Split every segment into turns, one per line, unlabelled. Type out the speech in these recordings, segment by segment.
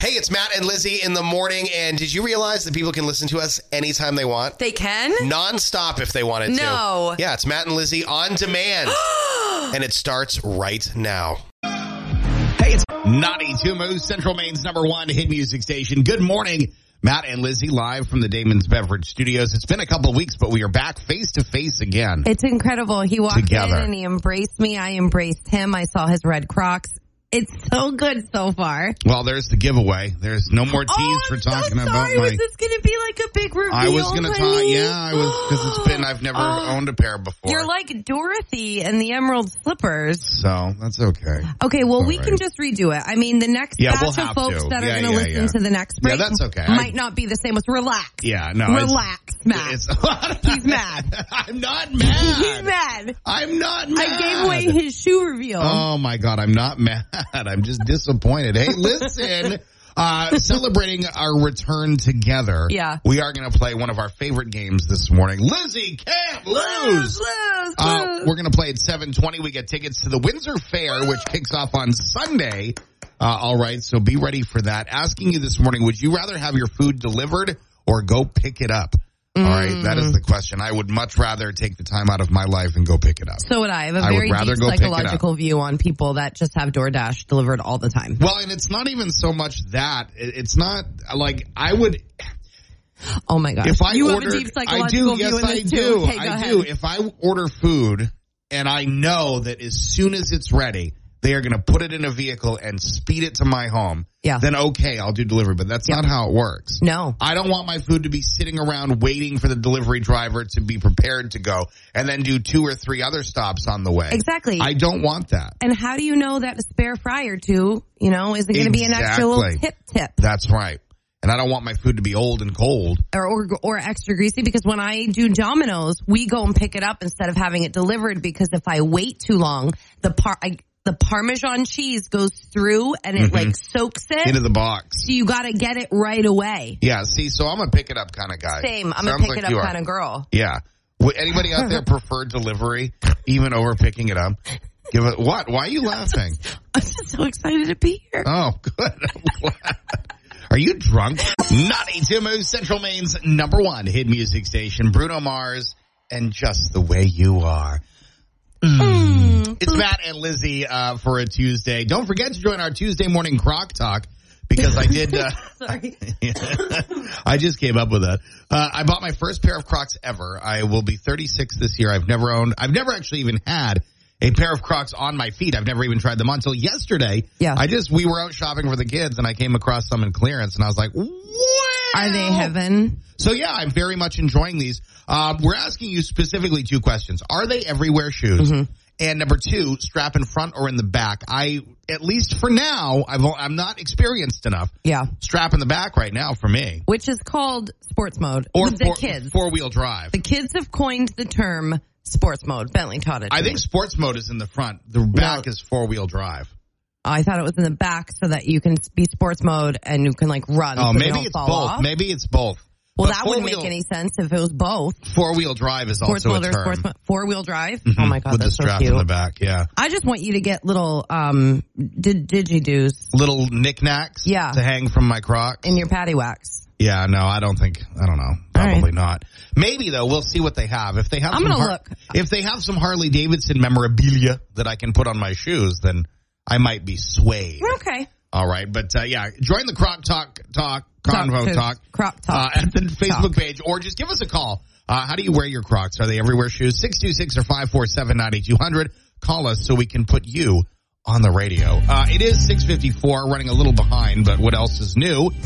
It's Matt and Lizzie in the morning. And did you realize that people can listen to us anytime they want?
They can?
Nonstop if they wanted to.
No.
Yeah, it's Matt and Lizzie on demand. and it starts right now.
Hey, it's 92 Moose, Central Maine's number one hit music station. Good morning, Matt and Lizzie, live from the Damon's Beverage Studios. It's been a couple of weeks, but we are back face to face again.
It's incredible. He walked
Together.
in and he embraced me. I embraced him. I saw his red crocs. It's so good so far.
Well, there's the giveaway. There's no more tease
oh,
for
I'm
talking
so
about
sorry.
my.
Was this going to be like a big reveal?
I was gonna talk.
honey?
Yeah, I was because it's been. I've never
Oh,
owned a pair before.
You're like Dorothy and the Emerald Slippers.
so that's okay.
Okay, well, we
All
can
right.
just redo it. I mean, the next
Yeah,
batch
we'll
of
have
folks
to.
that
Yeah,
are going to
yeah,
listen
yeah.
to the next
Yeah,
break
that's okay. I-
might not be the same as relax.
Yeah, no. it's-
relax, Matt.
It's,
He's mad.
I'm not
He's
mad.
mad.
I'm not mad.
I gave away his shoe reveal.
Oh my God, I'm not mad. I'm just disappointed. Hey, listen. Uh, celebrating our return together.
Yeah.
We are going to play one of our favorite games this morning. Lizzie can't lose.
Lose, lose,
Uh,
lose.
we're going to play at 720. We get tickets to the Windsor Fair, which kicks off on Sunday. Uh, all right. So be ready for that. Asking you this morning, would you rather have your food delivered or go pick it up? All right. That is the question. I would much rather take the time out of my life and go pick it up.
So would I. I have a
I would
very
rather
deep
go pick it up.
psychological view on people that just have DoorDash delivered all the time.
Well, and it's not even so much that It- it's not like I would
Oh my gosh.
if I
you
ordered.
have a deep
I do.
psychological view
Yes,
in
I
this
do.
too. Okay, go
I
ahead.
do. If I order food and I know that as soon as it's ready, they are going to put it in a vehicle and speed it to my home.
Yeah.
Then okay, I'll do delivery. But that's not how it works.
No.
I don't want my food to be sitting around waiting for the delivery driver to be prepared to go and then do two or three other stops on the way.
Exactly.
I don't want that.
and how do you know that a spare fry or two, you know, isn't going to be an extra little
Exactly.
tip tip
That's right. And I don't want my food to be old and cold.
or, or or extra greasy? Because when I do Domino's, we go and pick it up instead of having it delivered. Because if I wait too long, the par I, the Parmesan cheese goes through and
Mm-hmm.
it like soaks it.
into the box.
so you got to get it right away.
Yeah, see, so I'm a pick it up kind of guy.
Same. I'm a
Sounds
pick
like
it up
you are.
kind of girl.
Yeah. Would anybody out there prefer delivery even over picking it up? Give it what? Why are you laughing?
I'm just so excited to be here.
Oh, good. I'm glad. Are you drunk? Naughty Timu, Central Maine's number one hit music station, Bruno Mars, and just the way you are. It's Matt and Lizzie uh, for a Tuesday. Don't forget to join our Tuesday morning crock talk because I did. Uh,
Sorry.
I just came up with that. Uh, I bought my first pair of Crocs ever. I will be 36 this year. I've never owned, I've never actually even had a pair of Crocs on my feet. I've never even tried them on until yesterday.
Yeah.
I just, we were out shopping for the kids and I came across some in clearance and I was like, wow.
Are they heaven?
So yeah, I'm very much enjoying these. Uh, we're asking you specifically two questions. Are they everywhere shoes?
Mm-hmm.
And number two, strap in front or in the back. I, at least for now, I've, I'm not experienced enough.
Yeah.
Strap in the back right now for me
Which is called sports mode.
or
with the kids.
four wheel drive.
the kids have coined the term sports mode. Bentley taught it. to
I
me.
think sports mode is in the front. The back is four wheel drive.
I thought it was in the back so that you can be sports mode and you can like run.
Oh,
so they
maybe
don't
it's both.
fall Off.
Maybe it's both.
well, that wouldn't make any sense if it was both.
Four wheel drive is
Sports
also a
mode
term
or
Mm-hmm.
sports mode. Four wheel drive. Oh my god,
with the
that's so
strap
cute.
in the back. Yeah,
I just want you to get little um did digi doos
little knickknacks.
Yeah.
to hang from my Crocs.
in your paddy wax.
yeah, no, I don't think. I don't know. Probably
right.
not. Maybe though. We'll see what they have. If they have,
I'm
some
gonna
Har-
look.
If they have some Harley Davidson memorabilia that I can put on my shoes, then I might be swayed.
Okay.
All right, but uh, yeah, join the Croc Talk Talk Convo
Talk,
Talk,
Croc Talk.
uh, at the Facebook page, or just give us a call. Uh, how do you wear your Crocs? Are they everywhere shoes? Six two six or five four seven ninety two hundred. Call us so we can put you on the radio. Uh, it is six fifty four, running a little behind, but what else is new?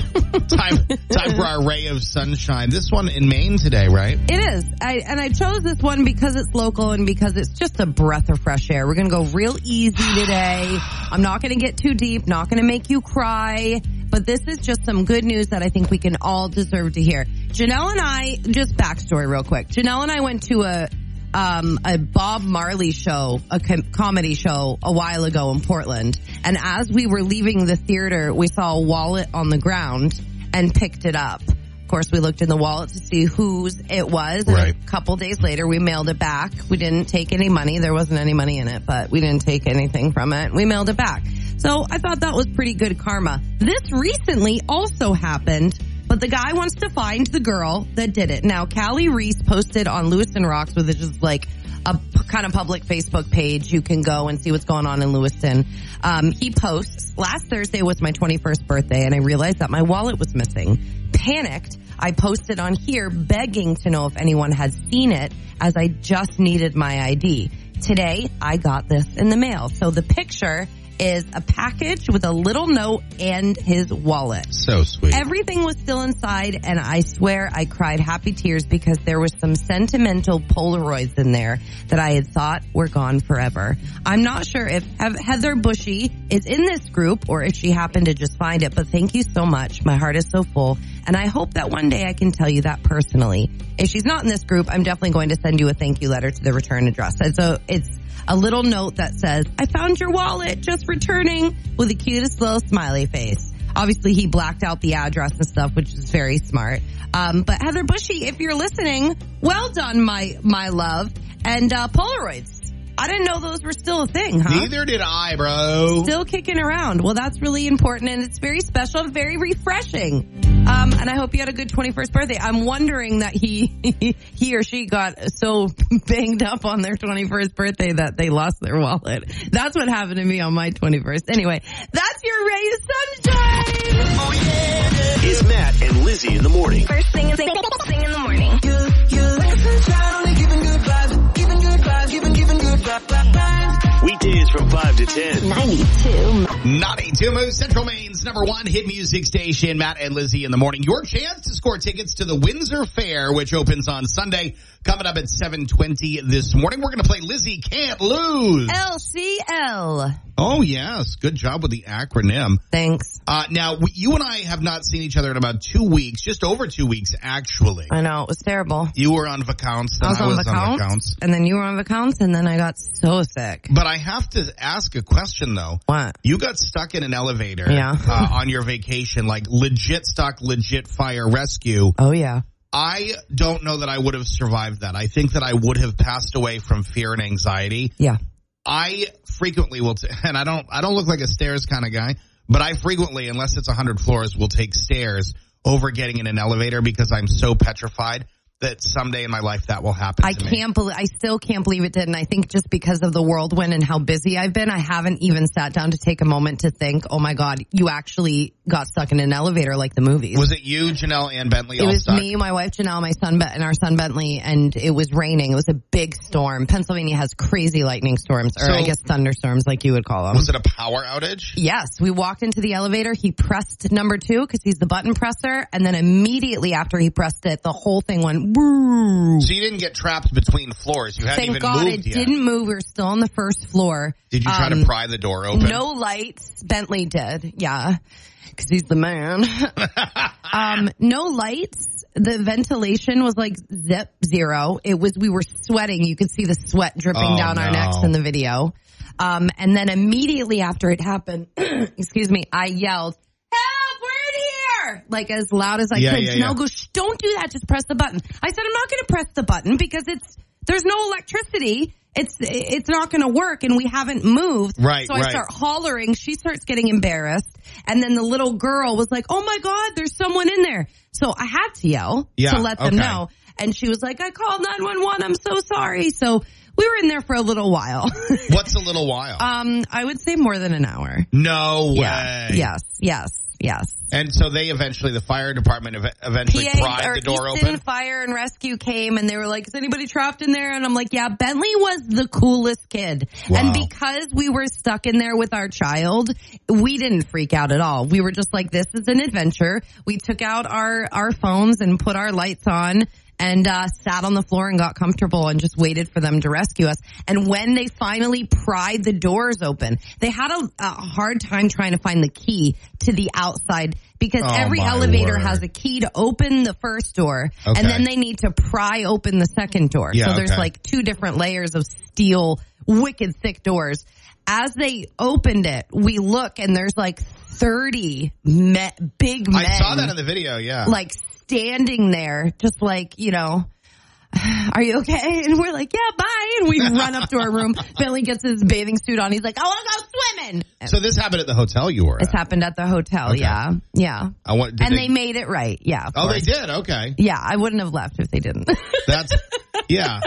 time time for our ray of sunshine. This one in Maine today, right?
It is. I, and I chose this one because it's local and because it's just a breath of fresh air. We're going to go real easy today. I'm not going to get too deep, not going to make you cry, but this is just some good news that I think we can all deserve to hear. Janelle and I, just backstory real quick. Janelle and I went to a, um, a Bob Marley show, a com- comedy show a while ago in Portland. And as we were leaving the theater, we saw a wallet on the ground and picked it up. Of course, we looked in the wallet to see whose it was. And
Right.
A couple days later, we mailed it back. We didn't take any money. There wasn't any money in it, but we didn't take anything from it. We mailed it back. So I thought that was pretty good karma. This recently also happened, but the guy wants to find the girl that did it. Now, Callie Reese posted on Lewiston Rocks, which is like a p- kind of public Facebook page. You can go and see what's going on in Lewiston. Um, he posts, last Thursday was my 21st birthday and I realized that my wallet was missing. Panicked. I posted on here begging to know if anyone had seen it as I just needed my ID. Today I got this in the mail. So the picture is a package with a little note and his wallet.
So sweet.
Everything was still inside, and I swear I cried happy tears because there was some sentimental Polaroids in there that I had thought were gone forever. I'm not sure if Hev- Heather Bushy is in this group or if she happened to just find it, but thank you so much. My heart is so full, and I hope that one day I can tell you that personally. If she's not in this group, I'm definitely going to send you a thank you letter to the return address. And so it's a little note that says, I found your wallet just returning with the cutest little smiley face. Obviously, he blacked out the address and stuff, which is very smart. Um, but Heather Bushy, if you're listening, well done, my my love, and uh, Polaroids. I didn't know those were still a thing, huh?
Neither did I, bro.
Still kicking around. Well, that's really important, and it's very special, and very refreshing. Um, and I hope you had a good 21st birthday. I'm wondering that he he or she got so banged up on their 21st birthday that they lost their wallet. That's what happened to me on my 21st. Anyway, that's your ray of sunshine.
Is Matt and Lizzie in the morning?
First thing in, thing in the morning.
Weekdays from 5 to 10.
92.
92 Move Central Maine's number one hit music station, Matt and Lizzie in the morning. Your chance to score tickets to the Windsor Fair, which opens on Sunday, coming up at 720 this morning. We're going to play Lizzie Can't Lose.
LCL.
Oh, yes. Good job with the acronym.
Thanks.
Uh, now, we, you and I have not seen each other in about two weeks, just over two weeks, actually.
I know it was terrible.
You were on vacations, and I was, on,
accounts,
vacations.
and then you were on accounts, and then I got so sick.
But I have to ask a question, though.
What?
You got stuck in an elevator
Yeah.
uh, on your vacation, like legit stuck, legit fire rescue.
Oh yeah.
I don't know that I would have survived that. I think that I would have passed away from fear and anxiety.
Yeah.
I frequently will, t- and I don't, I don't look like a stairs kind of guy, but I frequently, unless it's 100 floors, will take stairs over getting in an elevator because I'm so petrified that someday in my life that will happen
I
to me.
can't believe, I still can't believe it didn't. I think just because of the whirlwind and how busy I've been, I haven't even sat down to take a moment to think, oh my God, you actually got stuck in an elevator like the movies.
Was it you, Janelle, and Bentley
it
all
was
stuck?
me, my wife Janelle, my son Ben- and our son Bentley, and it was raining. It was a big storm. Pennsylvania has crazy lightning storms, or
So-
I guess thunderstorms, like you would call them.
Was it a power outage?
Yes, we walked into the elevator. He pressed number two because he's the button presser, and then immediately after he pressed it, the whole thing went. Woo.
So you didn't get trapped between floors. You hadn't
Thank
even
God
moved
it
yet.
didn't move. We were still on the first floor.
Did you try
Um,
to pry the door open?
No lights. Bentley did. Yeah. Cause he's the man. um, no lights. The ventilation was like zip zero. It was, we were sweating. You could see the sweat dripping
Oh,
down our necks
no.
in the video. Um, and then immediately after it happened, excuse me, I yelled, help, we're in here! Like as loud as I
Yeah,
could.
yeah,
Janelle
yeah.
goes, Shh, don't do that. Just press the button. I said, I'm not going to press the button because it's, there's no electricity. It's, it's not going to work and we haven't moved.
Right,
So I
right.
start hollering. She starts getting embarrassed. And then the little girl was like, Oh my God, there's someone in there. So I had to yell
Yeah,
to let them
okay.
know. And she was like, I called 911. I'm so sorry. So we were in there for a little while.
What's a little while?
um, I would say more than an hour.
no way.
Yeah. Yes. Yes. Yes.
And so they eventually, the fire department ev- eventually
PA
pried
or
the door
Easton
open.
Fire and Rescue came and they were like, "Is anybody trapped in there?" And I'm like, "Yeah." Bentley was the coolest kid,
Wow.
and because we were stuck in there with our child, we didn't freak out at all. We were just like, "This is an adventure." We took out our our phones and put our lights on. And uh, sat on the floor and got comfortable and just waited for them to rescue us. And when they finally pried the doors open, they had a, a hard time trying to find the key to the outside because
Oh,
every
my
elevator
word.
has a the key to open the first door
Okay.
and then they need to pry open the second door.
Yeah,
so there's
okay.
like two different layers of steel, wicked thick doors. As they opened it, we look and there's like 30 me- big men
I saw that in the video. Yeah.
like standing there just like, you know, are you okay? And we're like, yeah, bye. And we run up to our room. Billy gets his bathing suit on. He's like, I want to go swimming.
So this happened at the hotel you were
This
at.
happened at the hotel.
Okay.
Yeah. Yeah.
I want, did
and they, made it right. Yeah. of
Oh, they
course.
did. Okay,
Yeah. I wouldn't have left if they didn't.
that's yeah,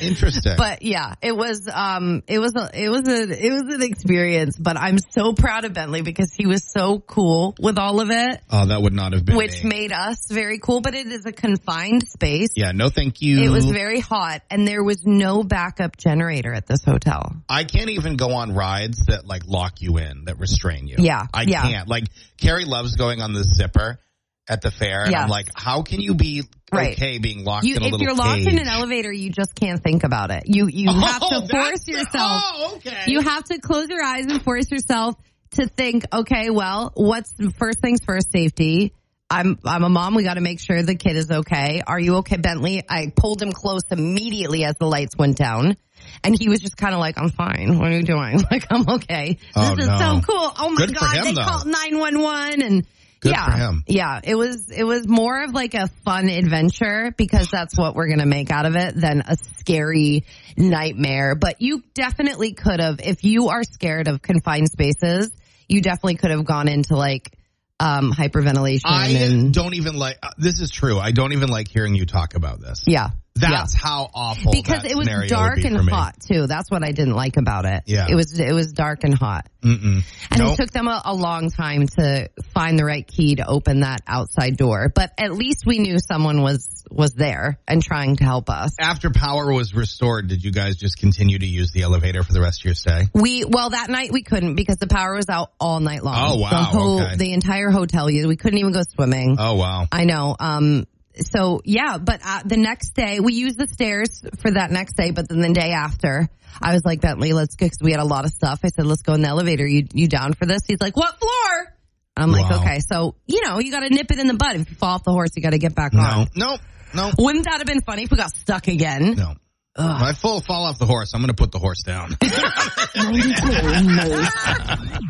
interesting.
but yeah, it was, um, it was, a, it was a, it was an experience, but I'm so proud of Bentley because he was so cool with all of it,
oh, that would not have been
which
me.
made us very cool, but it is a confined space.
Yeah, no, thank you.
It was very hot and there was no backup generator at this hotel.
I can't even go on rides that like lock you in, that restrain you.
Yeah,
I
yeah.
can't. Like Carrie loves going on the zipper at the fair, and
Yeah.
I'm like, how can you be
Right.
okay being locked
You,
in a
if
little
you're locked in
cage?
an elevator, you just can't think about it. You, you
Oh,
have to
that's
force
the-
yourself.
Oh, okay.
You have to close your eyes and force yourself to think, okay, well, what's first things first safety? I'm I'm a mom. We got to make sure the kid is okay. Are you okay, Bentley? I pulled him close immediately as the lights went down. And he was just kind of like, I'm fine. What are you doing? Like, I'm okay.
Oh,
this is
no.
so cool. Oh my
Good for
God.
him,
they
though.
called 911 and
Good
yeah.
for him.
Yeah. It was, it was more of like a fun adventure because that's what we're going to make out of it than a scary nightmare. But you definitely could have, if you are scared of confined spaces, you definitely could have gone into like, um, hyperventilation
I
and
don't even like. uh, this is true. I don't even like hearing you talk about this.
yeah. yeah.
That's how awful.
because
that
it was
scenario would
dark
be
and
for me.
hot too. That's what I didn't like about it.
Yeah.
it was it was dark and hot,
Mm-mm.
and
Nope.
it took them a, a long time to find the right key to open that outside door. But at least we knew someone was was there and trying to help us.
After power was restored, did you guys just continue to use the elevator for the rest of your stay?
We well that night we couldn't because the power was out all night long.
Oh, wow,
The whole
okay.
the entire hotel. We couldn't even go swimming.
Oh wow.
I know. Um, so yeah, but uh, the next day we used the stairs for that next day, but then the day after, I was like Bentley, let's go because we had a lot of stuff. I said, let's go in the elevator. You you down for this? He's like, what floor? I'm
Wow.
like, okay, so you know you got to nip it in the bud. If you fall off the horse, you got to get back
No.
on.
No. No.
Wouldn't that have been funny if we got stuck again?
No. If I full fall off the horse, I'm going to put the horse down.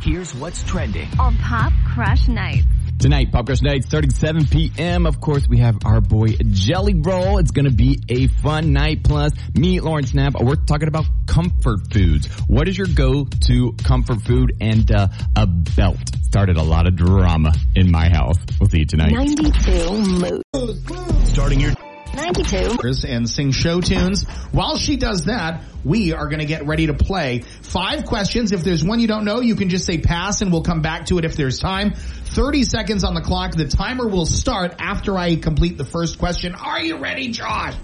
Here's what's trending.
On Pop Crush Nights.
Tonight, Pop Crush Night starting 7 p.m. Of course, we have our boy Jelly Roll. It's gonna be a fun night. Plus, me, Lauren Snap, we're talking about comfort foods. What is your go-to comfort food and uh, a belt? Started a lot of drama in my house. We'll see you tonight.
92 Mood.
Starting your
92
and sing show tunes. While she does that, we are going to get ready to play five questions. If there's one you don't know, you can just say pass and we'll come back to it if there's time. 30 seconds on the clock. The timer will start after I complete the first question. Are you ready, Josh?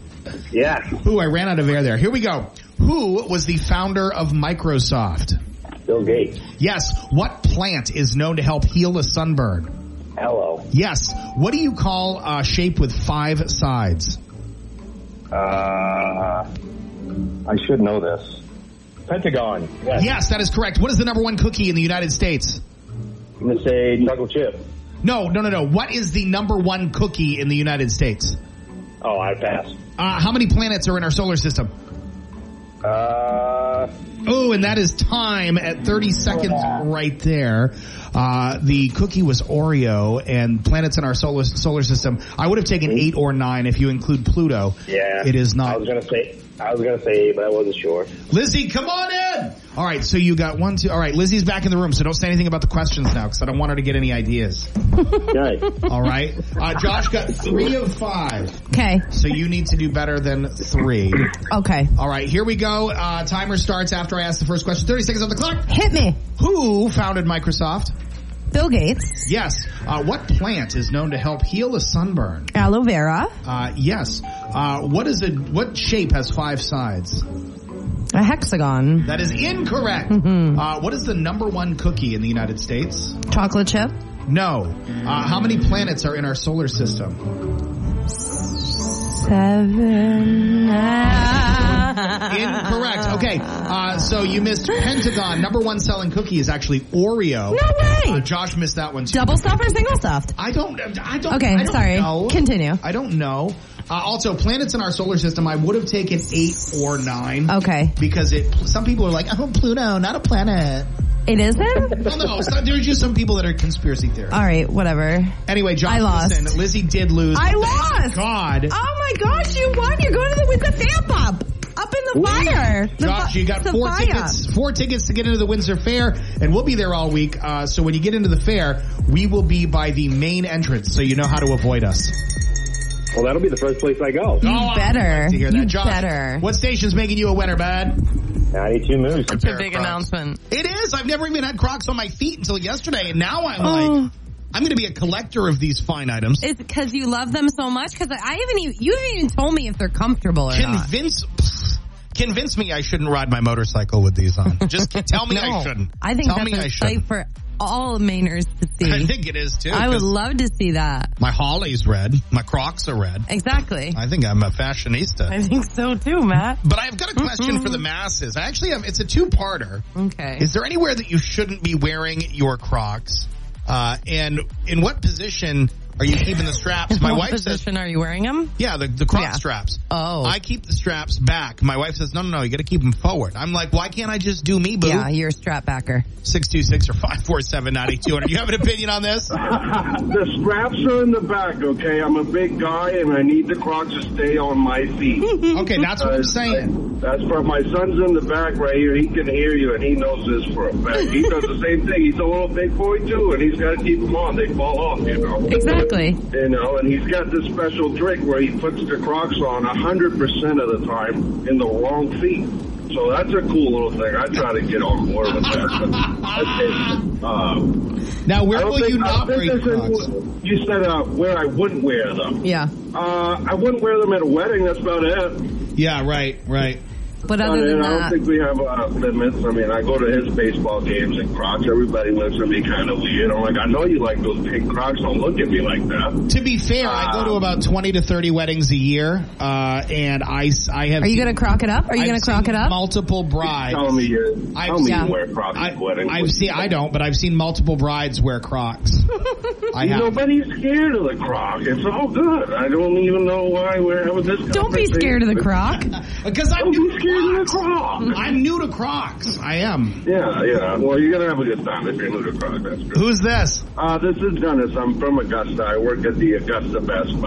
Yes.
Ooh, I ran out of air there. Here we go. Who was the founder of Microsoft?
Bill Gates.
Yes. What plant is known to help heal a sunburn?
Hello.
Yes. What do you call a shape with five sides?
Uh, I should know this. Pentagon. Yes.
Yes, that is correct. What is the number one cookie in the United States?
I'm gonna say chocolate chip.
No, no, no, no. What is the number one cookie in the United States?
Oh, I pass.
Uh, how many planets are in our solar system?
Uh,
Oh, and that is time at 30 seconds right there. Uh, the cookie was Oreo and planets in our solar solar system. I would have taken eight or nine if you include Pluto.
yeah.
It is
I
not.
was gonna say. I was gonna say, but I wasn't sure.
Lizzie, come on in. All right, so you got one, two. All right, Lizzie's back in the room, so don't say anything about the questions now because I don't want her to get any ideas.
Okay.
All right. Uh, Josh got three of five,
Okay,
so you need to do better than three.
okay,
All right, here we go. Uh, timer starts after I ask the first question. 30 seconds on the clock.
hit me,
Who founded Microsoft?
Bill Gates,
Yes. Uh, what plant is known to help heal a sunburn?
aloe vera.
Uh, yes. Uh, what is a what shape has five sides?
A hexagon,
That is incorrect. Uh, what is the number one cookie in the United States?
chocolate chip,
No. Uh, how many planets are in our solar system?
seven.
Incorrect. Okay. Uh, so you missed Pentagon. Number one selling cookie is actually Oreo.
No way.
Uh, Josh missed that one too.
Double stuff or single stuff?
I don't. I don't.
Okay,
I don't
sorry.
know.
Continue.
I don't know. Uh, also, planets in our solar system, I would have taken eight or nine
Okay.
because it. Some people are like, "Oh, Pluto, not a planet."
It isn't?
Well, no, it's not, there's just some people that are conspiracy theorists.
All right, whatever.
Anyway, John,
I lost.
listen, Lizzie did lose.
I
Thank
lost.
God.
Oh my gosh, you won. You're going to the, with the fan pop. Up in the fire. The
Josh,
fi-
you got
the
four
fire.
tickets, four tickets to get into the Windsor Fair, and we'll be there all week. Uh, so when you get into the fair, we will be by the main entrance, so you know how to avoid us.
Well, that'll be the first place I go.
You oh,
better.
I'd like to hear that.
You
Josh,
better.
What station's making you a winner, bud?
92 moves.
It's a
Pair of
big
Crocs.
announcement.
It is. I've never even had Crocs on my feet until yesterday, and now I'm
Oh.
like, I'm going to be a collector of these fine items.
It's because you love them so much. Because I haven't even you haven't even told me if they're comfortable or not.
Convince, convince me I shouldn't ride my motorcycle with these on. Just tell me I
No.
shouldn't.
I think
tell
that's
me I
a sight
shouldn't.
for all Mainers to
I
see.
think it is too.
I would
'cause
love to see that.
my Holly's red. My Crocs are red.
Exactly.
I think I'm a fashionista.
I Mm-hmm. think so too, Matt.
but I've got a question for the masses. I actually have, it's a two-parter.
Okay.
Is there anywhere that you shouldn't be wearing your Crocs? Uh, and in what position are you keeping the straps? My
what
wife says,
position are you wearing them?
yeah, the, the Croc
Yeah.
straps.
Oh.
I keep the straps back. My wife says, no, no, no, you got to keep them forward. I'm like, why can't I just do me, boo?
Yeah, you're a strap backer.
626 or 547 9200. You have an opinion on this?
The straps are in the back, okay? I'm a big guy and I need the crocs to stay on my feet.
Okay, that's what I'm saying.
That's for my son's in the back right here. He can hear you and he knows this for a fact. He does the same thing. He's a little big boy too and he's got to keep them on. They fall off, you know.
Exactly.
You know, and he's got this special trick where he puts the crocs on 100% of the time in the wrong feet. So that's a cool little thing. I try to get on board with that. But I think, uh,
Now,
I
where
don't
will
think-
you
I
not
think
wear your
this is
Crocs?
wh- You said uh, where I wouldn't wear them.
Yeah.
Uh, I wouldn't wear them at a wedding. That's about it.
Yeah, right, right.
But
I,
other
mean,
than
I don't
that,
think we have uh, limits. I mean, I go to his baseball games in Crocs. Everybody looks at me kind of weird. I'm like, I know you like those pink Crocs. Don't look at me like that.
To be fair, I go to
Um,
about 20 to 30 weddings a year, uh, and I, s- I have.
are you going to crock it up? Are you
I've
going to crock
seen
it up?
Multiple brides.
Tell me you.
I've
Tell me
seen-
you wear Crocs
I,
at weddings.
I've seen. I don't, but I've seen multiple brides wear Crocs. I have.
Nobody's scared of the Croc. It's all good. I don't even know why we're having this.
Don't be scared of the crock.
Because Uh, I'm
Don't
new
be scared
to
of the
Crocs.
Croc.
I'm new to Crocs. I am.
Yeah, yeah. Well, you're gonna have a good time if you're new to Croc. That's good.
Who's this?
Uh, this is Dennis. I'm from Augusta. I work at the Augusta Best Buy.